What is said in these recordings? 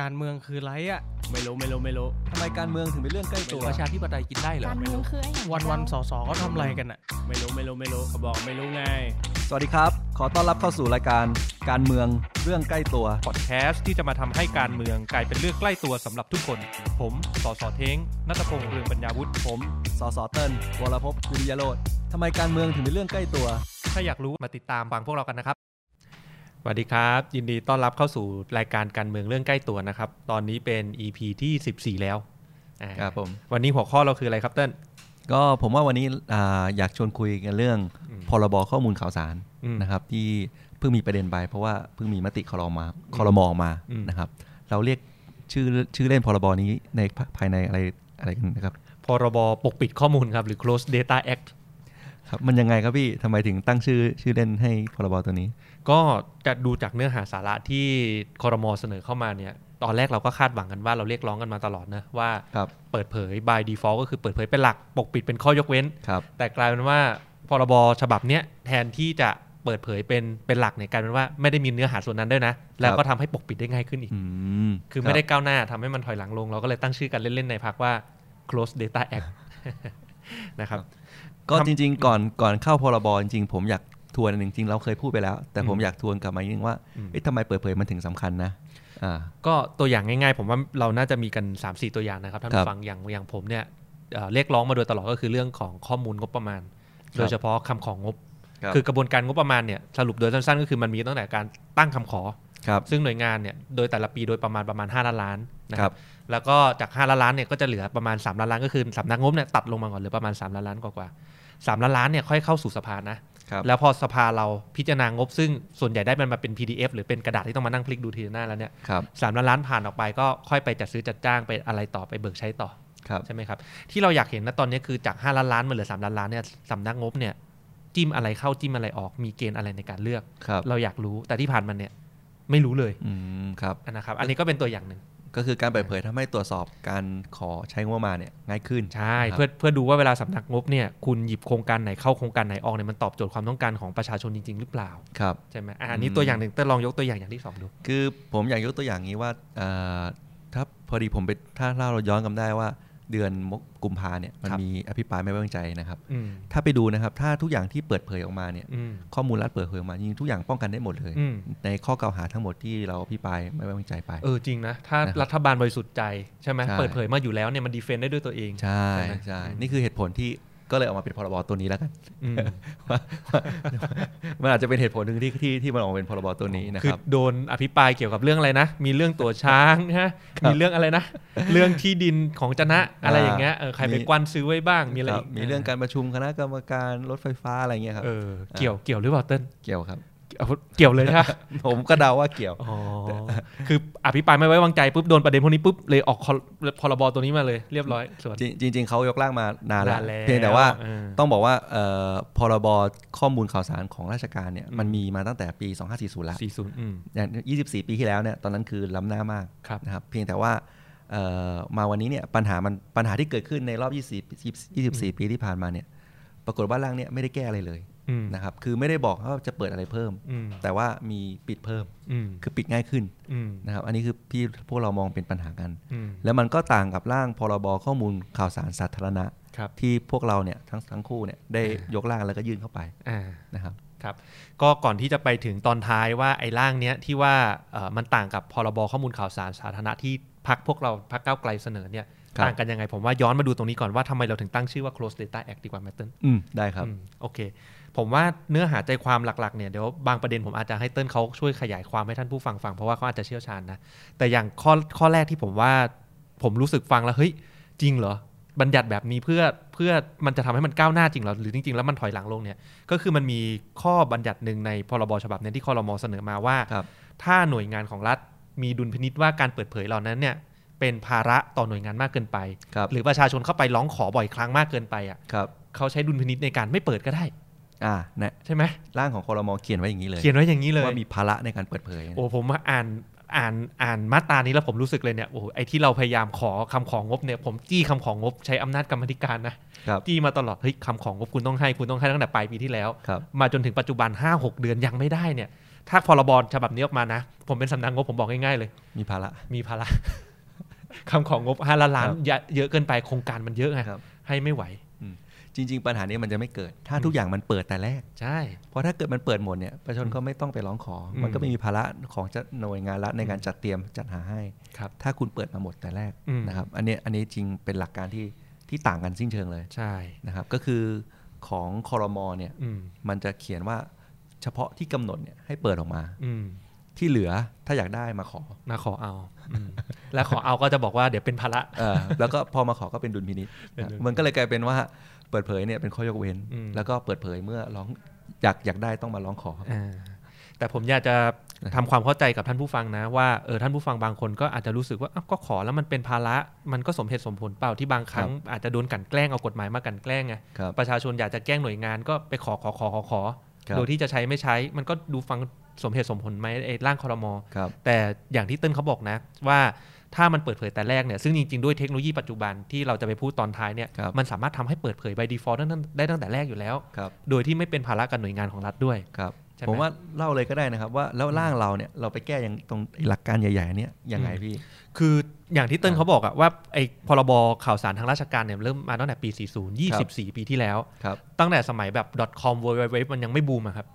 การเมืองคือไรอ่ะ ไม่รู้ไม่รู้ไม่รู้ ทำไมการเมืองถึงเป็นเรื่องใกล้ตัว ประชาธิปไตยกินได้เหรอ การ ไม่ เมือง รู้ คือไอ้อย่าง วันวันๆส เจ้า อสอเขาทำอะไรกันอ่ะ ไม่รู้ไม่รู้ไม่รู้เขาบอกไม่รู้ไง สวัสดีครับ ขอต้อนรับเข้าสู่รายการการเมืองเรื่องใกล้ตัว พอดแคสต์ที่จะมาทำให้การเมืองกลายเป็นเรื่องใกล้ตัวสำหรับทุกคน ผมสอสอเท้งนัตพงษ์เรืองปัญญาวุฒิ ผมสสเติ้ลวรภพคุริยโรธทำไมการเมืองถึงเป็นเรื่องใกล้ตัว ถ้าอยากรู้มาติดตามฟังพวกเรากันนะครับ สวัสดีครับ ยินดีต้อนรับเข้าสู่รายการการเมืองเรื่องใกล้ตัวนะครับ ตอนนี้เป็น EP ที่ 14 แล้วอ่า ครับผม วันนี้หัวข้อเราคืออะไรครับเต้น ก็ผมว่าวันนี้อ่าอยากชวนคุยกันเรื่อง อืม พรบข้อมูลข่าวสาร อืม นะครับที่เพิ่งมีประเด็นไปเพราะว่าเพิ่งมีมติคอรมมาคอรมออกมา อืม นะครับ เราเรียกชื่อชื่อเล่นพรบนี้ในภายในอะไรอะไรกันนะครับ พรบปกปิดข้อมูลครับ หรือ close data act ครับมันยังไงครับพี่ทำไมถึงตั้งชื่อชื่อเล่นให้พรบตัวนี้ ก็จะดูจากเนื้อหาสาระที่คอรมอเสนอเข้ามาเนี่ยตอนแรกเราก็คาดหวังกันว่าเราเรียกร้องกันมาตลอดนะว่า ครับ เปิดเผย by default ก็คือเปิดเผยเป็นหลักปกปิดเป็นข้อยกเว้น ครับ แต่กลายเป็นว่าพรบฉบับเนี้ยแทนที่จะเปิดเผยเป็นเป็นหลักเนี่ยกลายเป็นว่าไม่ได้มีเนื้อหาส่วนนั้นด้วยนะ แล้วก็ทำให้ปกปิดได้ง่ายขึ้นอีก อื คือไม่ได้ก้าวหน้าทำให้มันถอยหลังลง เราก็เลยตั้งชื่อกันเล่น ๆ ในพักว่า close data act นะครับ ก็ ทำ จริงๆ ก่อนก่อนเข้าพรบจริงๆผมอยากทวนอันหนึ่งจริงๆเราเคยพูดไปแล้ว แต่ผม อืม อยากทวนกลับมาอีกนิดนึงว่า อืม เอ๊ะทำไมเปิดเผยมันถึงสำคัญนะอ่า ก็ตัวอย่างง่ายๆ ผมว่าเราน่าจะมีกัน 3 4 ตัวอย่างนะครับท่าน ครับ ผู้ฟังอย่างอย่างผมเนี่ยเอ่อเรียกร้องมาโดยตลอดก็คือเรื่องของข้อมูลงบประมาณ ครับ โดยเฉพาะคำของงบ ครับ คือกระบวนการงบประมาณเนี่ยสรุปโดยสั้นๆ ก็คือมันมีตั้งแต่การตั้งคำขอ ครับ ซึ่งหน่วยงานเนี่ยโดยแต่ละปีโดยประมาณประมาณ 5 ล้านล้านนะค ครั รั บบ แล้วก็จาก 5 ล้านล้านเนี่ยก็จะเหลือประมาณ 3 ล้านล้านก็คือสำนักงบเนี่ยตัดลงมาก่อนเหลือประมาณ 3 ล้านล้านกว่าๆสามล้านล้านเนี่ยค่อยเข้าสู่สภานะครับ แล้วพอสภาเราพิจารณางบ ซึ่งส่วนใหญ่ได้มันมาเป็น PDF หรือเป็นกระดาษที่ต้องมานั่งพลิกดูทีละหน้าแล้วเนี่ย ครับ สามล้านล้านผ่านออกไปก็ค่อยไปจัดซื้อจัดจ้างไปอะไรต่อไปเบิกใช้ต่อ ครับ ใช่ไหมครับที่เราอยากเห็นนะตอนนี้คือจาก 5 ล้านล้านมาเหลือ3ล้านล้านเนี่ยสำนักงบเนี่ยจิ้มอะไรเข้าจิ้มอะไรออกมีเกณฑ์อะไรในการเลือก ครับ เราอยากรู้แต่ที่ผ่านมาเนี่ยไม่รู้เลย อืมครับ นะครับอันนี้ก็เป็นตัวอย่างหนึ่ง ก็คือการเปิดเผยทำให้ตรวจสอบการขอใช้งบประมาณเนี่ยง่ายขึ้น ใช่ ครับ เพื่อเพื่อดูว่าเวลาสำนักงบเนี่ยคุณหยิบโครงการไหนเข้าโครงการไหนออกเนี่ยมันตอบโจทย์ความต้องการของประชาชนจริง ๆ หรือเปล่า ครับ ใช่ไหมอะอันนี้ อืม ตัวอย่างหนึ่งแต่ลองยกตัวอย่างอย่างที่สองดู คือผมอยากยกตัวอย่างนี้ว่าเอ่อถ้าพอดีผมไปถ้าเราย้อนกันได้ว่า เดือนมกกุมภาเนี่ยมัน ครับ มีอภิปรายไม่ไว้วางใจนะครับ อืม ถ้าไปดูนะครับถ้าทุกอย่างที่เปิดเผยออกมาเนี่ย อืม ข้อมูลรัฐเปิดเผยออกมาจริงๆทุกอย่างป้องกันได้หมดเลย อืม ในข้อกล่าวหาทั้งหมดที่เราอภิปรายไม่ไว้วางใจไป เออจริงนะถ้า นะครับ รัฐบาลบริสุทธิ์ใจใช่ไหม ใช่ เปิดเผยมาอยู่แล้วเนี่ยมันดีเฟนต์ได้ด้วยตัวเอง ใช่ ใช่ไหม ใช่ อืม นี่คือเหตุผลที่ก็เลยออกมาเป็นพรบตัวนี้แล้วกัน อืม ว่าว่ามันอาจจะเป็นเหตุผลหนึ่งที่ที่ที่มันออกมาเป็นพรบตัวนี้นะค คือ รับ โดนอภิปรายเกี่ยวกับเรื่องอะไรนะ มีเรื่องตัวช้างฮะ ครับ มีเรื่องอะไรนะ เรื่องที่ดินของจนะอะไรอย่างเงี้ยเออใครไป มี กว้านซื้อไว้บ้างมีอะไร ค อี บ ก มีเรื่องการประชุมคณะกรรมการรถไฟฟ้าอะไรเงี้ยครับ เออเกี่ยวเกี่ยวหรือเปล่าเต้ล เกี่ยวครับ เอาเกี่ยวเลยใช่ไหม ผมก็เดาว่าเกี่ยว อ๋อ คืออภิปรายไม่ไว้วางใจปุ๊บโดนประเด็นพวกนี้ปุ๊บเลยออกคอลพรบตัวนี้มาเลยเรียบร้อยส่วน จริงจริง ๆเขายกร่างมานานแล้ว น เพียงแต่ว่า เออ ต้องบอกว่าเอ่อพรบข้อมูลข่าวสารของราชการเนี่ยมันมีมาตั้งแต่ปี 2540แล้ว สี่ศูนย์อืม อย่าง 24 ปีที่แล้วเนี่ย ตอนนั้นคือล้ำหน้ามาก ครับ นะครับ เพียงแต่ว่าเอ่อมาวันนี้เนี่ยปัญหามันปัญหาที่เกิดขึ้นในรอบ 24 24 ปีที่ผ่านมาเนี่ย ปรากฏว่าร่างเนี่ยไม่ได้แก้อะไรเลย อืม นะครับ คือไม่ได้บอกว่าจะเปิดอะไรเพิ่ม อืม แต่ว่ามีปิดเพิ่ม อืม คือปิดง่ายขึ้น อืม นะครับ อันนี้คือพี่พวกเรามองเป็นปัญหากัน อืม แล้วมันก็ต่างกับร่างพรบข้อมูลข่าวสารสาธารณะ ครับ ที่พวกเราเนี่ยทั้งทั้งคู่เนี่ยได้ยกร่างแล้วก็ยื่นเข้าไป อ่า นะครับ ครับ ก็ก่อนที่จะไปถึงตอนท้ายว่าไอ้ร่างเนี้ยที่ว่าเอ่อมันต่างกับพรบข้อมูลข่าวสารสาธารณะที่พักพวกเราพักก้าวไกลเสนอเนี่ย ครับ ต่างกันยังไงผมว่าย้อนมาดูตรงนี้ก่อนว่าทำไมเราถึงตั้งชื่อว่า close data act ดีกว่าแมตเติ้ อืมได้ครับ อืมโอเค ผมว่าเนื้อหาใจความหลักๆเนี่ยเดี๋ยวบางประเด็นผมอาจจะให้เติ้ลเขาช่วยขยายความให้ท่านผู้ฟังฟังเพราะว่าเขาอาจจะเชี่ยวชาญนะ แต่อย่างข้อข้อแรกที่ผมว่าผมรู้สึกฟังแล้วเฮ้ยจริงเหรอบัญญัติแบบนี้เพื่อเพื่อมันจะทำให้มันก้าวหน้าจริงเหรอหรือจริง ๆ แล้วมันถอยหลังลงเนี่ยก็คือมันมีข้อบัญญัติหนึ่งในพรบฉบับเนี้ที่คอรมอเสนอมาว่า ครับ ถ้าหน่วยงานของรัฐมีดุลพินิษว่าการเปิดเผยเหล่านั้นเนี่ยเป็นภาระต่อหน่วยงานมากเกินไป ครับ หรือประชาชนเข้าไปร้องขอบ่อยครั้งมากเกินไปอ่ะ ครับ เขาใช้ดุลพินิษในการไม่เปิดก็ได้ อ่านะ ใช่ไหม ร่างของคอรมอเขียนไว้อย่างนี้เลย เขียนไว้อย่างนี้เลย ว่ามีภาระในการเปิดเผยนะ โอ้ผมมาอ่านอ่านอ่านมาตรานี้แล้วผมรู้สึกเลยเนี่ยโอ้โหไอ้ที่เราพยายามขอคำของงบเนี่ยผมจี้คำของงบใช้อำนาจกรรมธิการนะครับ จี้มาตลอดเฮ้ยคำของงบคุณต้องให้คุณต้องให้ตั้งแต่ปลายปีที่แล้ว ครับ มาจนถึงปัจจุบัน 5 6 เดือนยังไม่ได้เนี่ย ถ้าพรบฉบับนี้ออกมานะ ผมเป็นสำนักงบผมบอกง่ายๆเลย มีภาระ มีภาระ คำของงบห้าล้านล้านเยอะเยอะเกินไปโครงการมันเยอะไง ครับ ให้ไม่ไหว จริง ๆ ปัญหานี้มันจะไม่เกิด ถ้าทุกอย่างมันเปิดแต่แรก ใช่ เพราะถ้าเกิดมันเปิดหมดเนี่ยประชาชนก็ไม่ต้องไปร้องขอ อืม มันก็ไม่มีภาระของจะหน่วยงานรัฐในการจัดเตรียมจัดหาให้ ครับ ถ้าคุณเปิดมาหมดแต่แรก อืม นะครับ อันเนี้ยอันนี้จริงเป็นหลักการที่ที่ต่างกันสิ้นเชิงเลย ใช่ นะครับ ก็คือของคอรมอเนี่ย อืม มันจะเขียนว่าเฉพาะที่กำหนดเนี่ยให้เปิดออกมา อืม ที่เหลือถ้าอยากได้มาขอ มาขอเอาอื มแล้วขอเอาก็จะบอกว่าเดี๋ยวเป็นภาระ เออ แล้วก็พอมาขอก็เป็นดุลพินิษ เป็นดุลพินิจ มันก็เลยกลายเป็นว่าเปิดเผยเนี่ยเป็นข้อยกเว้น อืม แล้วก็เปิดเผยเมื่อร้องอยากอยากได้ต้องมาร้องขอ อ่าแต่ผมอยากจะทำความเข้าใจกับท่านผู้ฟังนะว่าเออท่านผู้ฟังบางคนก็อาจจะรู้สึกว่าอ้าวก็ขอแล้วมันเป็นภาระมันก็สมเหตุสมผลเปล่าที่บางครั้ง อาจจะโดนกลันแกล้งเอากฎหมายมากลันแกล้งไง ครับ ประชาชนอยากจะแกล้งหน่วยงานก็ไปขอขอขอขอขอ ครับ โดยที่จะใช้ไม่ใช้ มันก็ดูฟังสมเหตุสมผลไหมไอ้ร่างคอรมอ ครับ แต่อย่างที่เติ้ลเขาบอกนะ ว่าถ้ามันเปิดเผยแต่แรกเนี่ยซึ่งจริงๆด้วยเทคโนโลยีปัจจุบันที่เราจะไปพูดตอนท้ายเนี่ย ครับ มันสามารถทำให้เปิดเผย by default ได้ตั้งได้ตั้งแต่แรกอยู่แล้ว ครับ โดยที่ไม่เป็นภาระกับหน่วยงานของรัฐด้วย ครับ ใช่ไหม ผมว่าเล่าเลยก็ได้นะครับว่าแล้วร่างเราเนี่ยเราไปแก้อย่างตรงไอ้หลักการใหญ่ๆอันเนี้ยยังไงพี่ คืออย่างที่เติ้ลเขาบอกอะว่าไอ้พรบข่าวสารทางราชการเนี่ยเริ่มมาตั้งแต่ปี 40 ครับ 24 ปีที่แล้ว ครับ ตั้งแต่สมัยแบบ .com w w w มันยังไม่บูมอะครับ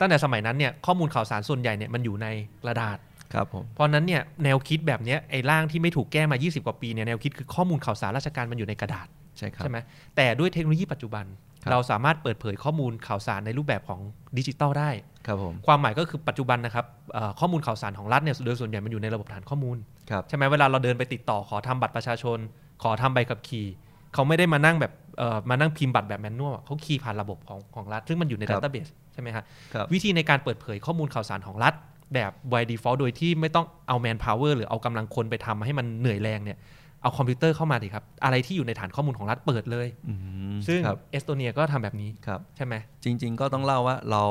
ตั้งแต่สมัยนั้นเนี่ยข้อมูลข่าวสารส่วนใหญ่เนี่ยมันอยู่ในกระดาษ ครับผม เพราะนั้นเนี่ยแนวคิดแบบเนี้ยไอ้ร่างที่ไม่ถูกแก้มา 20 กว่าปีเนี่ยแนวคิดคือข้อมูลข่าวสารราชการมันอยู่ในกระดาษ ใช่ครับ ใช่ไหมแต่ด้วยเทคโนโลยีปัจจุบัน ครับ เราสามารถเปิดเผยข้อมูลข่าวสารในรูปแบบของดิจิตอลได้ ครับผม ความหมายก็คือปัจจุบันนะครับเอ่อข้อมูลข่าวสารของรัฐเนี่ยโดยส่วนใหญ่มันอยู่ในระบบฐานข้อมูล ครับ ใช่ไหมเวลาเราเดินไปติดต่อขอทำบัตรประชาชน ขอทำใบขับขี่ เขาไม่ได้มานั่งแบบเอ่อมานั่งพิมพ์บัตรแบบแมนนวลอะเขาคีย์ผ่านระบบของของรัฐ ซึ่งมันอยู่ในดัตเตอร์เบสใช่ไหมฮะ ครับ วิธีในการเปิดเผยข้อมูลข่าวสารของรัฐ แบบ by default โดยที่ไม่ต้องเอาแมนพาวเวอร์หรือเอากำลังคนไปทำให้มันเหนื่อยแรงเนี่ยเอาคอมพิวเตอร์เข้ามาดิครับอะไรที่อยู่ในฐานข้อมูลของรัฐเปิดเลย อืม ซึ่ง ครับ เอสโตเนียก็ทำแบบนี้ ครับ ใช่ไหม จริง ๆ ก็ต้องเล่าว่าเรา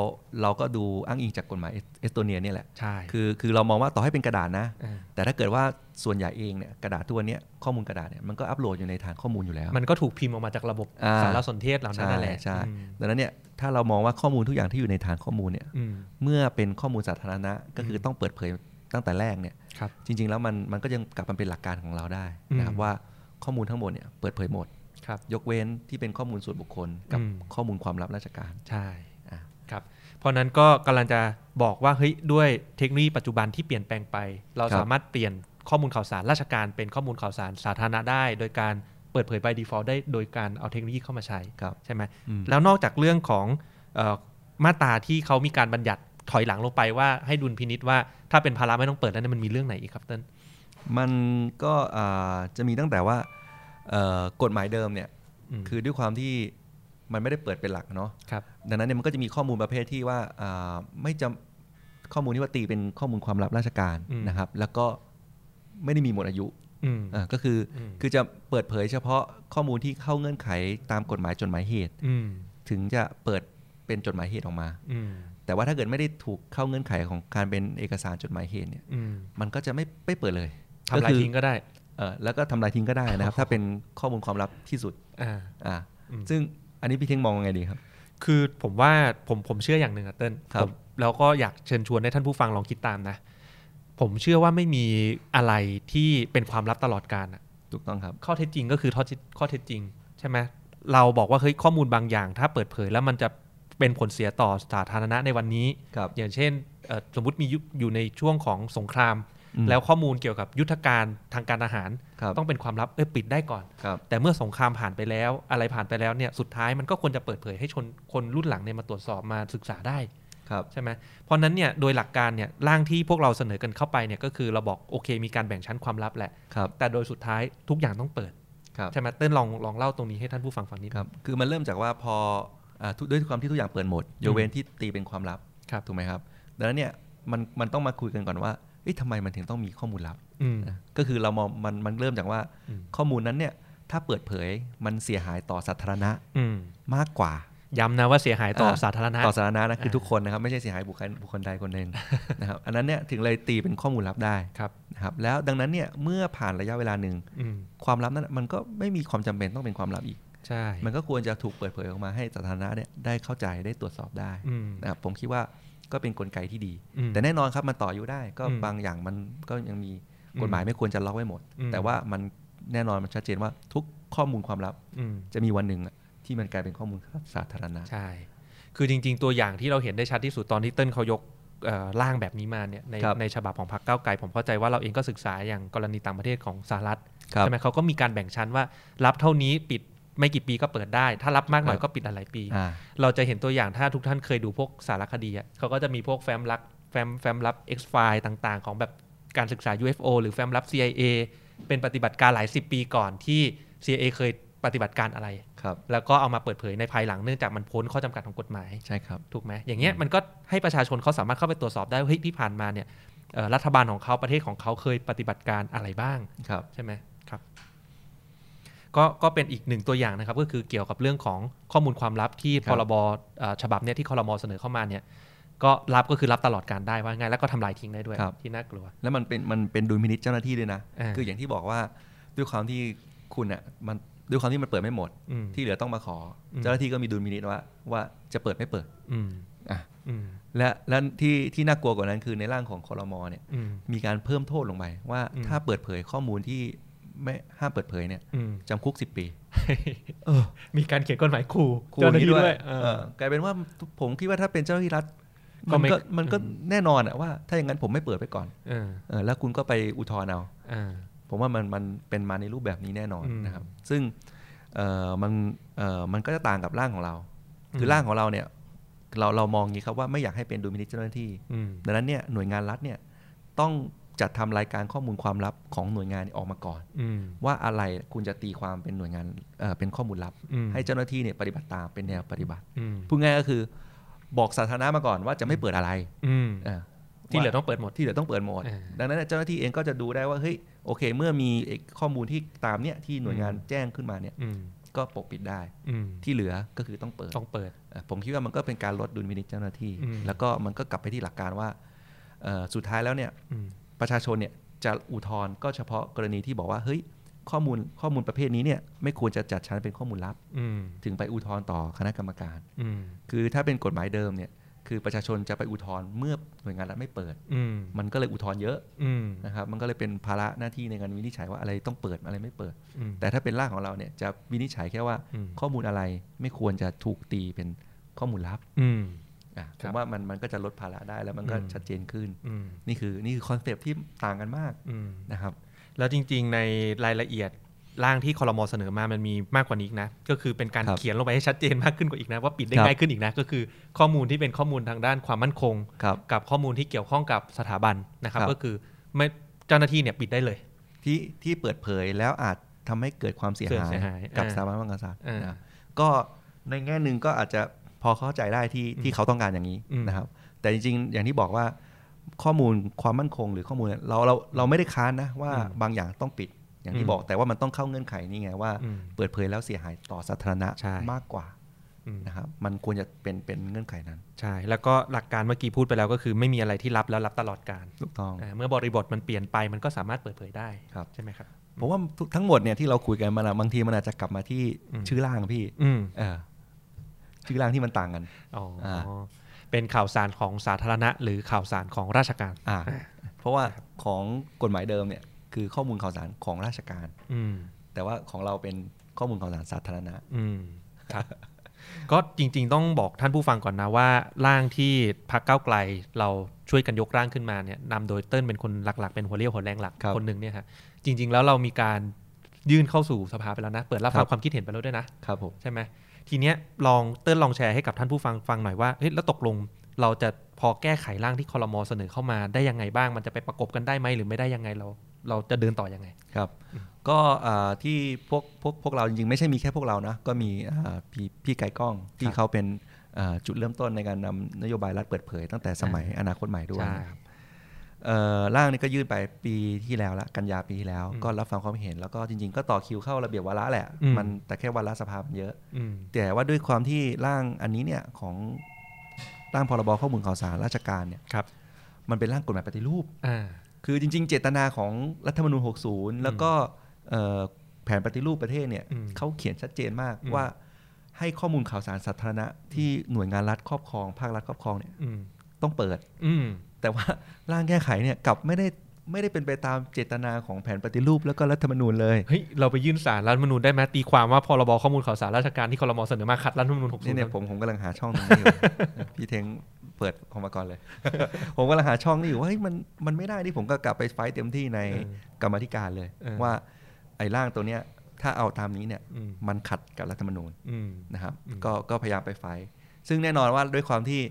เราก็ดูอ้างอิงจากกฎหมายเอสโตเนียเนี่ยแหละ ใช่ คือคือเรามองว่าต่อให้เป็นกระดาษนะ า แต่ถ้าเกิดว่าส่วนใหญ่เองเนี่ยกระดาษตัวเนี้ยข้อมูลกระดาษเนี่ยมันก็อัปโหลดอยู่ในฐานข้อมูลอยู่แล้ว มันก็ถูกพิมพ์ออกมาจากระบบ อ่า สารสนเทศเหล่านั้น ใช่ นั่นแหละ ใช่ อืม ดังนั้นเนี่ยถ้าเรามองว่าข้อมูลทุกอย่างที่อยู่ในฐานข้อมูลเนี่ย อืม เมื่อเป็นข้อมูลสาธารณะก็คืออ ม ต้องเปิดเผยตั้งแต่แรกเนี่ย ครับ จริง ๆ แล้วมันมันก็ยังกลับมาเป็นหลักการของเราได้นะครับว่าข้อมูลทั้งหมดเนี่ยเปิดเผยหมด ครับ ยกเว้นที่เป็นข้อมูลส่วนบุคคล กับ อืม ข้อมูลความลับราชการ ใช่ อ่ะ ครับเพราะนั้นก็กำลังจะบอกว่าเฮ้ยด้วยเทคโนโลยีปัจจุบันที่เปลี่ยนแปลงไป เรา ครับ สามารถเปลี่ยนข้อมูลข่าวสารราชการเป็นข้อมูลข่าวสารสาธารณะได้ โดยการเปิดเผย by default ได้โดยการเอาเทคโนโลยีเข้ามาใช้ ครับ ใช่ไหม อืม แล้วนอกจากเรื่องของเออมาตราที่เขามีการบัญญัติถอยหลังลงไปว่าให้ดุลพินิษว่าถ้าเป็นภาระไม่ต้องเปิดแล้วเนี่ยมันมีเรื่องไหนอีกครับเต้น มันก็อ่าจะมีตั้งแต่ว่าเอ่อกฎหมายเดิมเนี่ย อืม คือด้วยความที่มันไม่ได้เปิดเป็นหลักเนาะ ครับ ดังนั้นเนี่ยมันก็จะมีข้อมูลประเภทที่ว่าอ่าไม่จำข้อมูลที่ว่าตีเป็นข้อมูลความลับราชการนะครับ แล้วก็ไม่ได้มีหมดอายุ อืม อ่าก็คืออ ม คือจะเปิดเผยเฉพาะข้อมูลที่เข้าเงื่อนไขตามกฎหมายจดหมายเหตุ อืม ถึงจะเปิดเป็นจดหมายเหตุออกมา อืม แต่ว่าถ้าเกิดไม่ได้ถูกเข้าเงื่อนไขของการเป็นเอกสารจดหมายเหตุเนี่ย อืม มันก็จะไม่ไม่เปิดเลย ทำลาย คือ ทิ้งก็ได้ เออแล้วก็ทำลายทิ้งก็ได้ นะครับ ถ้าเป็นข้อมูลความลับที่สุด อ่า อ่า อืม ซึ่งอันนี้พี่เท้งมองยังไงดีครับ คือผมว่าผมผมเชื่ออย่างหนึ่งอะเติ้ล ครับ ผมแล้วก็อยากเชิญชวนให้ท่านผู้ฟังลองคิดตามนะ ผมเชื่อว่าไม่มีอะไรที่เป็นความลับตลอดการอะ ถูกต้องครับ ข้อเท็จจริงก็คือข้อเท็จข้อเท็จจริง ใช่ไหมเราบอกว่าเฮ้ยข้อมูลบางอย่าง ถ้าเปิดเผยแล้วมันจะเป็นผลเสียต่อสาธารณะในวันนี้ ครับ อย่างเช่นเอ่อสมมติมียุอยู่ในช่วงของสงคราม อืม แล้วข้อมูลเกี่ยวกับยุทธการทางการทหาร ครับ ต้องเป็นความลับเอยปิดได้ก่อน ครับ แต่เมื่อสงครามผ่านไปแล้วอะไรผ่านไปแล้วเนี่ยสุดท้ายมันก็ควรจะเปิดเผยให้ชนคนรุ่นหลังเนี่ยมาตรวจสอบมาศึกษาได้ ครับ ใช่ไหมเพราะนั้นเนี่ยโดยหลักการเนี่ยร่างที่พวกเราเสนอกันเข้าไปเนี่ยก็คือเราบอกโอเคมีการแบ่งชั้นความลับแหละ ครับ แต่โดยสุดท้ายทุกอย่างต้องเปิด ครับ ใช่ไหมเต้นลองลองเล่าตรงนี้ให้ท่านผู้ฟังฟังนิด ครับ คือมันเริ่มจากว่าพออ่าทุกด้วยความที่ทุกอย่างเปิดหมดยกเว้นที่ตีเป็นความลับ ครับ ถูกไหมครับดังนั้นเนี่ยมันมันต้องมาคุยกันก่อนว่าเอ๊ะทำไมมันถึงต้องมีข้อมูลลับ อืม นะก็คือเรามองมันมันเริ่มจากว่า อืม ข้อมูลนั้นเนี่ยถ้าเปิดเผยมันเสียหายต่อสาธารณะ อืม มากกว่า ย้ำนะว่าเสียหายต่ออา สาธารณะ ต่อสาธารณะนะคือ อ่า ทุกคนนะครับไม่ใช่เสียหายบุคคลบุคคลใดคนหนึ่ ง นะครับอันนั้นเนี่ยถึงเลยตีเป็นข้อมูลลับได้ ครับ นะครับแล้วดังนั้นเนี่ยเมื่อผ่านระยะเวลาหนึ่ง อืม ความลับนั้นมันก็ไม่มีความจำเป็นต้องเป็นความลับอีก ใช่ มันก็ควรจะถูกเปิดเผยออกมาให้สาธารณะเนี่ยได้เข้าใจได้ตรวจสอบได้ อืม นะครับผมคิดว่า ก็เป็นกลไกที่ดี อืม แต่แน่นอนครับมันต่ออายุได้ก็ อืม บางอย่างมันก็ยังมี อืม กฎหมายไม่ควรจะล็อกไว้หมด อืม แต่ว่ามันแน่นอนมันชัดเจนว่าทุกข้อมูลความลับ อืม จะมีวันหนึ่งอะที่มันกลายเป็นข้อมูลสาธารณะ ใช่ คือจริง ๆ ตัวอย่างที่เราเห็นได้ชัดที่สุดตอนที่เติ้ลเขายกเอ่อร่างแบบนี้มาเนี่ยใน ครับ ในฉบับของพรรคก้าวไกลผมเข้าใจว่าเราเองก็ศึกษาอย่างกรณีต่างประเทศของสหรัฐ ครับ ใช่ไหมเขาก็มีการแบ่งชั้นว่า รับเท่านี้ปิดไม่กี่ปีก็เปิดได้ ถ้ารับมากหน่อคยรับ ก็ปิดหลายๆปี อ่า เราจะเห็นตัวอย่างถ้าทุกท่านเคยดูพวกสารคดีอะเขาก็จะมีพวกแฟ้มลับแฟ้มแฟ้มลับ X file ต่างๆ ของแบบการศึกษา UFO หรือแฟ้มลับ CIA เป็นปฏิบัติการหลายสิบปีก่อนที่ CIA เคยปฏิบัติการอะไร ครับ แล้วก็เอามาเปิดเผยในภายหลังเนื่องจากมันพ้นข้อจำกัดของกฎหมาย ใช่ครับ ถูกไหมอย่างเงี้ยมันก็ให้ประชาชนเขาสามารถเข้าไปตรวจสอบได้ว่าเฮ้ยที่ผ่านมาเนี่ยเอ่อรัฐบาลของเขาประเทศของเขาเคยปฏิบัติการอะไรบ้าง ครับ ใช่ไหมครับก็ก็เป็นอีกหนึ่งตัวอย่างนะครับ ก็คือเกี่ยวกับเรื่องของข้อมูลความลับที่ ค พ รับ รบเอ่อฉบับเนี่ยที่คอรมอเสนอเข้ามาเนี่ย ก็รับก็คือรับตลอดการได้ว่าง่ายแล้วก็ทำลายทิ้งได้ด้วย ครับ ที่น่ากลัว แล้วมันเป็นมันเป็นดุลพินิจเจ้าหน้าที่ด้วยนะ อ่า คืออย่างที่บอกว่าด้วยความที่คุณอ่ะมันด้วยความที่มันเปิดไม่หมด อืม ที่เหลือต้องมาขอ อืม เจ้าหน้าที่ก็มีดุลพินิจว่าว่าจะเปิดไม่เปิด อืม อ่ะ อืม และและที่ที่น่ากลัวกว่านั้นคือในร่างของคอรมอเนี่ย อืม มีการเพิ่มโทษลงไปว่า อืม ถ้าเปิดเผยข้อมูลที่ไม่ห้ามเปิดเผยเนี่ย อืม จำคุก 10 ปี มีการเขียนกฎหมายขู่ ขู่ เจ้าหน้าที่ นี้ ด้วยเอ เอ อ อกลายเป็นว่าผมคิดว่าถ้าเป็นเจ้าหน้าที่รัฐ ก็ มัน ไม่ ก็มันก็ อืม แน่นอนอะว่า ถ้าอย่างนั้นผมไม่เปิดไปก่อน เออ เออแล้วคุณก็ไปอุทธรณ์เอา อ่า ผมว่ามันมันเป็นมาในรูปแบบนี้แน่นอน อืม นะครับ ซึ่งเอ่อมันเอ่อมันก็จะต่างกับร่างของเรา คือ ม ร่างของเราเนี่ยเราเรามองอย่างนี้ครับว่าไม่อยากให้เป็นดุลพินิจเจ้าหน้าที่ อืม ดังนั้นเนี่ยหน่วยงานรัฐเนี่ยต้องจัดทำรายการข้อมูลความลับของหน่วยงานออกมาก่อน อืม ว่าอะไรคุณจะตีความเป็นหน่วยงานเอ่อเป็นข้อมูลลับ อืม ให้เจ้าหน้าที่เนี่ยปฏิบัติตามเป็นแนวปฏิบัติ อืม พูดง่ายก็คือบอกสาธารณะมาก่อนว่าจะไม่เปิดอะไร อืม เออ ที่เหลือต้องเปิดหมด ที่เดี๋ยวต้องเปิดโหมด อ่า ดังนั้นเจ้าหน้าที่เองก็จะดูได้ว่าเฮ้ยโอเค เมื่อมีเอกข้อมูลที่ตามเนี่ยที่หน่วยงาน อืม แจ้งขึ้นมาเนี่ย อืม ก็ปกปิดได้ อืม ที่เหลือก็คือต้องเปิด ต้องเปิด เอ่อผมคิดว่ามันก็เป็นการลดดุลพินิจเจ้าหน้าที่ อืม แล้วก็มันก็กลับไปที่หลักการว่าเอ่อสุดท้ายแล้วเนี่ย อืม ประชาชนเนี่ยจะอุทธรณ์ก็เฉพาะกรณีที่บอกว่าเฮ้ยข้อมูลข้อมูลประเภทนี้เนี่ยไม่ควรจะจัดชั้นเป็นข้อมูลลับ อืม ถึงไปอุทธรณ์ต่อคณะกรรมการ อืม คือถ้าเป็นกฎหมายเดิมเนี่ยคือประชาชนจะไปอุทธรณ์เมื่อหน่วยงานรัฐไม่เปิด อืม มันก็เลยอุทธรณ์เยอะ อืม นะครับมันก็เลยเป็นภาระหน้าที่ในการวินิจฉัยว่าอะไรต้องเปิดอะไรไม่เปิด อืม แต่ถ้าเป็นร่างของเราเนี่ยจะวินิจฉัยแค่ว่า อืม ข้อมูลอะไรไม่ควรจะถูกตีเป็นข้อมูลลับ อืม อ่ะผ ครั ม บ ว่ามันมันก็จะลดภาระได้แล้วมันก็ อืม ชัดเจนขึ้น อืม นี่คือนี่คือคอนเซปต์ที่ต่างกันมาก อืม นะครับ แล้วจริง ๆ ในรายละเอียดร่างที่คอรมอเสนอมามันมีมากกว่านี้อีกนะ ก็คือเป็นการ ครับ เขียนลงไปให้ชัดเจนมากขึ้นกว่าอีกนะ ว่าปิดคได้รับ ง่ายขึ้นอีกนะ ก็คือข้อมูลที่เป็นข้อมูลทางด้านความมั่นคง ครับ กับข้อมูลที่เกี่ยวข้องกับสถาบันนะครับ ครับ ก็คือไม่เจ้าหน้าที่เนี่ยปิดได้เลย ที่ที่เปิดเผยแล้วอาจทำให้เกิดความเสียหาย เสียหาย กับ อ่า สถาบันพระมหากษัตริย์ อ่าน นะครับก็ในแง่หนึ่งก็อาจจะพอเข้าใจได้ที่ที่เขาต้องการอย่างนี้ อืม นะครับ แต่จริงๆ อย่างที่บอกว่าข้อมูลความมั่นคงหรือข้อมูลเนี่ยเราเราเราไม่ได้ค้านนะว่าบางอย่างต้องปิดอย่างที่บอกแต่ว่ามันต้องเข้าเงื่อนไขนี่ไงว่า อืม เปิดเผยแล้วเสียหายต่อสาธารณะ ใช่ มากกว่า อืม นะครับมันควรจะเป็นเป็นเงื่อนไขนั้น ใช่ แล้วก็หลักการเมื่อกี้พูดไปแล้วก็คือไม่มีอะไรที่รับแล้วรับตลอดการ ถูกต้อง อ่าเมื่อบริบทมันเปลี่ยนไปมันก็สามารถเปิดเผยได้ ครับ ใช่ไหมครับ ผมว่าทุกทั้งหมดเนี่ยที่เราคุยกันมันอะบางทีมันอาจจะกลับมาที่ อืม ชื่อร่างพี่ อืม เออชื่อร่างที่มันต่างกัน อ๋ออา เป็นข่าวสารของสาธารณะ หรือข่าวสารของราชการ อ่าเพราะว่าของกฎหมายเดิมเนี่ยคือข้อมูลข่าวสารของราชการ อืม แต่ว่าของเราเป็นข้อมูลข่าวสารสาธารณะ อืม ครับ ก็จริง ๆ ต้องบอกท่านผู้ฟังก่อนนะว่า ร่างที่พักเก้าวไกลเราช่วยกันยกร่างขึ้นมาเนี่ยนำโดยเติ้ลเป็นคนหลัก ๆ เป็นหัวเรี่ยวหัวแรงหลัก ครับ คนหนึ่งเนี่ยฮะจริง ๆ แล้วเรามีการยื่นเข้าสู่สภาไปแล้วนะ เปิดรับ ครั ฟั บ งความคิดเห็นไปแล้วด้วยนะ ครับผม ใช่ไหมทีเนี้ยลองเติ้ลลองแชร์ให้กับท่านผู้ฟังฟังหน่อยว่าเฮ้ยแล้วตกลงเราจะพอแก้ไขร่างที่คอรมอเสนอเข้ามาได้ยังไงบ้าง มันจะไปประกบกันได้ไหมหรือไม่ได้ยังไงเรา เราจะเดินต่อยังไง ครับ ก็อ่าที่พวกพวกพวกเราจริงๆ ไม่ใช่มีแค่พวกเรานะ ก็มีอ่าพี่พี่ไก่กล้องที่เขาเป็นอ่าจุดเริ่มต้นในการนำนโยบายรัฐเปิดเผย ตั้งแต่สมัยอนาคตใหม่ด้วย ใช่ นะครับเอ่อร่างนี้ก็ยื่นไปปีที่แล้วละกันยาปีที่แล้ว อืม ก็รับฟังความเห็นแล้วก็จริง ๆ ก็ต่อคิวเข้าระเบียบวาระแหละ อืม มันแต่แค่วาระสภามันเยอะ อืม แต่ว่าด้วยความที่ร่างอันนี้เนี่ยของร่างพรบข้อมูลข่าวสารราชการเนี่ย ครับ มันเป็นร่างกฎหมายปฏิรูป อ่า คือจริง ๆ เจตนาของรัฐธรรมนูญ 60 แล้วก็เอ่อแผนปฏิรูปประเทศเนี่ย อืม เขาเขียนชัดเจนมาก อืม ว่าให้ข้อมูลข่าวสารสาธารณะที่หน่วยงานรัฐครอบครองภาครัฐครอบครองเนี่ย อืม ต้องเปิด อืม แต่ว่า ร่างแก้ไขเนี่ยกลับไม่ได้ไม่ได้เป็นไปตามเจตนาของแผนปฏิรูปแล้วก็รัฐธรรมนูญเลย เฮ้ย เราไปยื่นสารรัฐธรรมนูญได้ไหมตีความว่าพรบข้อมูลข่าวสารราชการที่คอรมอเสนอมาขัดรัฐธรรมนูญ60 นี่เนี่ยผมผมกำลังหาช่องตรงนี้อยู่ พี่เทงเปิดของมาก่อนเลย ผมกำลังหาช่องนี่อยู่ว่าเฮ้ยมันมันไม่ได้ที่ผมก็กลับไปไฟต์เต็มที่ใน เออ กรรมาธิการเลย เออ ว่าไอ้ร่างตัวเนี้ยถ้าเอาตามนี้เนี่ย อืม มันขัดกับรัฐธรรมนูญ อืม นะครับ อืม ก็ก็พยายามไปไฟต์ซึ่งแน่นอนว่าด้วยความที่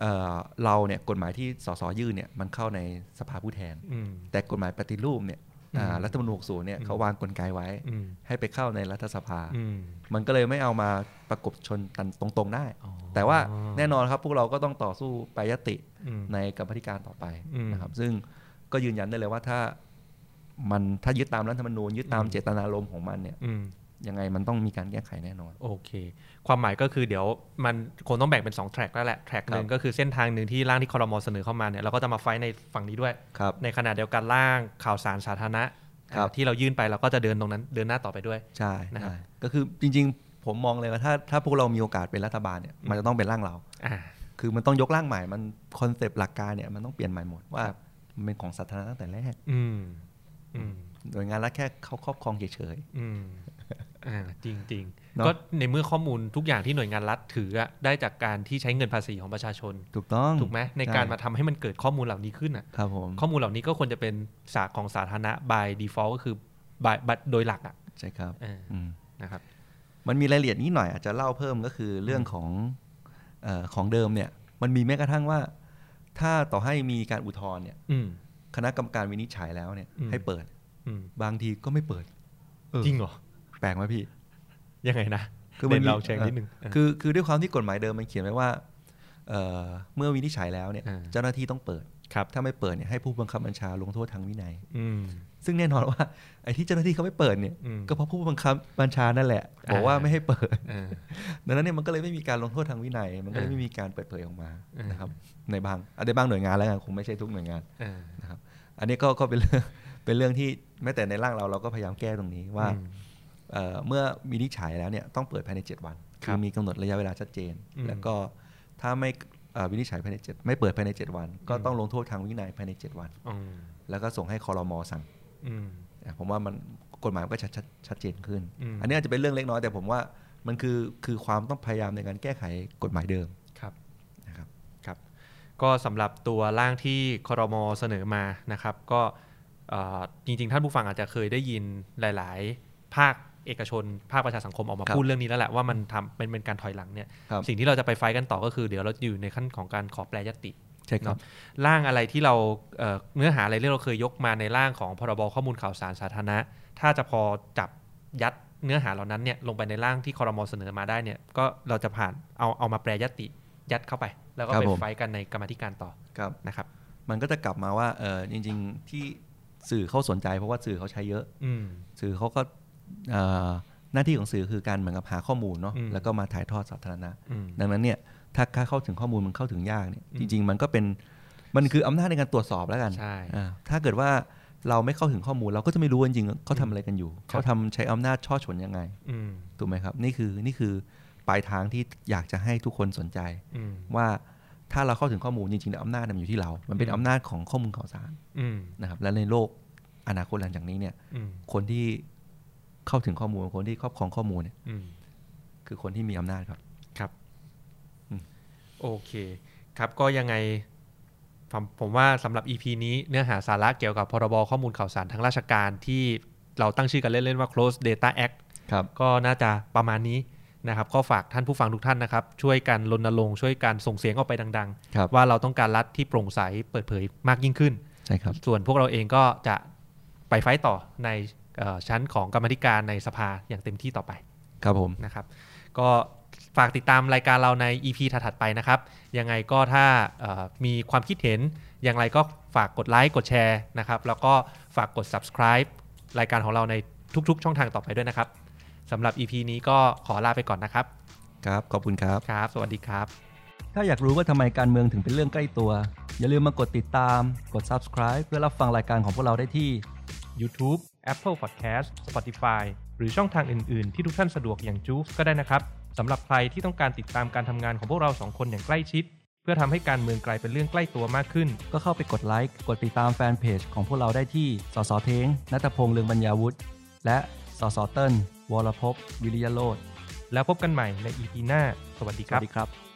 เอ่อเราเนี่ยกฎหมายที่สสยื่นเนี่ยมันเข้าในสภาผู้แทน อืม แต่กฎหมายปฏิรูปเนี่ยอ่า อืม รัฐธรรมนูญ60เนี่ย อืม เขาวางกลไกไว้ อืม ให้ไปเข้าในรัฐสภา อืม มันก็เลยไม่เอามาประกบชนกันตรงๆได้ อ๋อ แต่ว่าแน่นอนครับพวกเราก็ต้องต่อสู้ไปยติ อืม ในกรรมาธิการต่อไป อืม นะครับ ซึ่งก็ยืนยันได้เลยว่าถ้ามันถ้ายึดตามรัฐธรรมนูญยึดตาม อืม เจตนารมณ์ของมันเนี่ย อืม ยังไงมันต้องมีการแก้ไขแน่นอน โอเค ความหมายก็คือเดี๋ยวมันคงต้องแบ่งเป็น2แทร็กแล้วแหละแทร็กหนึ่งก็คือเส้นทางหนึ่งที่ร่างที่คอรมอเสนอเข้ามาเนี่ยเราก็จะมาไฟท์ในฝั่งนี้ด้วย ครับ ในขณะเดียวกันร่างข่าวสารสาธารณะ ครับ อ่าที่เรายื่นไปเราก็จะเดินตรงนั้นเดินหน้าต่อไปด้วย ใช่ นะครับ ใช่ก็คือจริงๆ ผมมองเลยว่าถ้าถ้าพวกเรามีโอกาสเป็นรัฐบาลเนี่ย อืม มันจะต้องเป็นร่างเรา อ่า คือมันต้องยกร่างใหม่มันคอนเซปต์หลักการเนี่ยมันต้องเปลี่ยนใหม่หมดว่า ครับ มันเป็นของสาธารณะตั้งแต่แรก อืมอืม หน่วยงานรัฐแค่เขาครอบครองเฉย อืมอ่าจริงจริง เนอะ ก็ในเมื่อข้อมูลทุกอย่างที่หน่วยงานรัฐถืออะได้จากการที่ใช้เงินภาษีของประชาชน ๆถูกต้อง ถูกไหมในการมาทำให้มันเกิดข้อมูลเหล่านี้ขึ้นอะ ครับผม ข้อมูลเหล่านี้ก็ควรจะเป็นสากของสาธารณะ by default ก็คือ by บัตโดยหลักอะ ใช่ครับ เออ อืม นะครับ มันมีรายละเอียดนิดหน่อยอาจจะเล่าเพิ่มก็คือเรื่องของเออของเดิมเนี่ยมันมีแม้กระทั่งว่า ถ้าต่อให้มีการอุทธรณ์เนี่ย อืม คณะกรรมการวินิจฉัยแล้วเนี่ย อืม ให้เปิด อืม บางทีก็ไม่เปิด เออ จริงเหรอ แปลกไหมพี่ ยังไงนะ คือมั เดี๋ นมียวเราแชงนิดนึง คือคือด้วยความที่กฎหมายเดิมมันเขียนไว้ว่าเอ่อเมื่อวินิจฉัยแล้วเนี่ย อ่า เจ้าหน้าที่ต้องเปิด ครับ ถ้าไม่เปิดเนี่ยให้ผู้บังคับบัญชาลงโทษทางวินัย อืม ซึ่งแน่นอนว่าไอ้ที่เจ้าหน้าที่เขาไม่เปิดเนี่ย อืม ก็เพราะผู้บังคับบัญชานั่นแหละบอกว่าไม่ให้เปิด เออ ดังนั้นเนี่ยมันก็เลยไม่มีการลงโทษทางวินัย มันก็เลย อ่า ไม่มีการเปิดเผยออกมา อ่าน นะครับในบางในบางหน่วยงานแล้วกันคงไม่ใช่ทุกหน่วยงาน เออ อันนี้ก็ก็เป็นเรื่องเป็นเรื่องที่แม้แต่ในร่างเราเราก็พยายามแก้ตรงนี้ว่า อืม เอ่อเมื่อวินิจฉัยแล้วเนี่ยต้องเปิดภายใน 7 วัน คคืรับ อมีกำหนดระยะเวลาชัดเจน อืม แล้วก็ถ้าไม่เอ่อวินิจฉัยภายในเจ็ดไม่เปิดภายใน 7 วัน ก็ อืม ต้องลงโทษทางวินัยภายใน 7 วัน อืม แล้วก็ส่งให้คอรมอสั่ง อืม อ่ะผมว่ามันกฎหมายมันก็ชัดชัดชัดเจนขึ้น อืม อันนี้อาจจะเป็นเรื่องเล็กน้อยแต่ผมว่ามันคือคือความต้องพยายามในการแก้ไขกฎหมายเดิม ครับ นะครับ ครับก็สำหรับตัวร่างที่ครมเสนอมานะครับก็เอ่อจริง ๆ ท่านผู้ฟังอาจจะเคยได้ยินหลาย ๆ ภาคเอกชน ภาคประชาสังคมออกมา ครับ พูดเรื่องนี้แล้วแหละว่ามันทำเป็นเป็นการถอยหลังเนี่ย ครับ สิ่งที่เราจะไปไฟท์กันต่อก็คือเดี๋ยวเราจะอยู่ในขั้นของการขอแปลยติ ใช่ครับ เนอะ ร่างอะไรที่เราเอ่อเนื้อหาอะไรที่เราเคยยกมาในร่างของพรบข้อมูลข่าวสารสาธารณะ ถ้าจะพอจับยัดเนื้อหาเหล่านั้นเนี่ยลงไปในร่างที่คอรมอเสนอมาได้เนี่ยก็เราจะผ่านเอาเอามาแปรยติยัดเข้าไป แล้วก็ ครับ ไป ผม ไฟท์กันในกรรมาธิการต่อ ครับ นะครับ มันก็จะกลับมาว่าเออจริง ๆ ที่สื่อเขาสนใจเพราะว่าสื่อเขาใช้เยอะ อืม สื่อเขาก็เอ่อหน้าที่ของสื่อคือการเหมือนกับหาข้อมูลเนาะ อืม แล้วก็มาถ่ายทอดสาธารณะ อืม ดังนั้นเนี่ยถ้าเข้าถึงข้อมูลมันเข้าถึงยากเนี่ย อืม จริง ๆ มันก็เป็นมันคืออำนาจในการตรวจสอบแล้วกัน ใช่ อ่าถ้าเกิดว่าเราไม่เข้าถึงข้อมูลเราก็จะไม่รู้ว่าจริงๆเขาทำอะไรกันอยู่ ครับ เขาทำใช้อำนาจช่อฉนยังไง อืม ถูกไหมครับนี่คือนี่คือปลายทางที่อยากจะให้ทุกคนสนใจ อืม ว่าถ้าเราเข้าถึงข้อมูลจริงๆแล้วอำนาจเนี่ยมันอยู่ที่เรา มันเป็น อืม อำนาจของข้อมูลข่าวสาร อืม นะครับ และในโลกอนาคตหลังจากนี้เนี่ย อืม คนที่เข้าถึงข้อมูล คนที่ครอบครองข้อมูลเนี่ย อืม คือคนที่มีอำนาจครับ โอเค ครับก็ยังไงผมผมว่าสำหรับ EP นี้เนื้อหาสาระเกี่ยวกับพรบข้อมูลข่าวสารทางราชการที่เราตั้งชื่อกันเล่น ๆ ว่า Close Data Act ครับ ก็น่าจะประมาณนี้นะครับ ก็ฝากท่านผู้ฟังทุกท่านนะครับ ช่วยกันรณรงค์ช่วยกันส่งเสียงออกไปดัง ครับ ๆ ว่าเราต้องการรัฐที่โปร่งใสเปิดเผยมากยิ่งขึ้น ใช่ครับ ส่วนพวกเราเองก็จะไปไฟต์ต่อในเอ่อชั้นของกรรมาธิการในสภาอย่างเต็มที่ต่อไป ครับผม นะครับก็ฝากติดตามรายการเราใน EP ถัดๆไปนะครับ ยังไงก็ถ้าเอ่อมีความคิดเห็นอย่างไรก็ฝากกดไลค์กดแชร์นะครับ แล้วก็ฝากกด subscribe รายการของเราในทุกๆ ช่องทางต่อไปด้วยนะครับสำหรับ EP นี้ก็ขอลาไปก่อนนะครับ ครับ ขอบคุณครับ ครับ สวัสดีครับ ถ้าอยากรู้ว่าทำไมการเมืองถึงเป็นเรื่องใกล้ตัว อย่าลืมมากดติดตาม กด subscribe เพื่อรับฟังรายการของพวกเราได้ที่ YouTube Apple Podcast Spotify หรือช่องทางอื่นๆ ที่ทุกท่านสะดวกอย่างจู๊กก็ได้นะครับสำหรับใครที่ต้องการติดตามการทำงานของพวกเราสองคนอย่างใกล้ชิด เพื่อทำให้การเมืองกลายเป็นเรื่องใกล้ตัวมากขึ้น ก็เข้าไปกดไลค์ กดติดตามแฟนเพจของพวกเราได้ที่ สสเทงนัตพงษ์เลืองบรรยาวุฒิ และสสเติ้ลวรภพวิริยโรธ แล้วพบกันใหม่ใน EP หน้า สวัสดี ส ค วั รั ส บ ดีครับ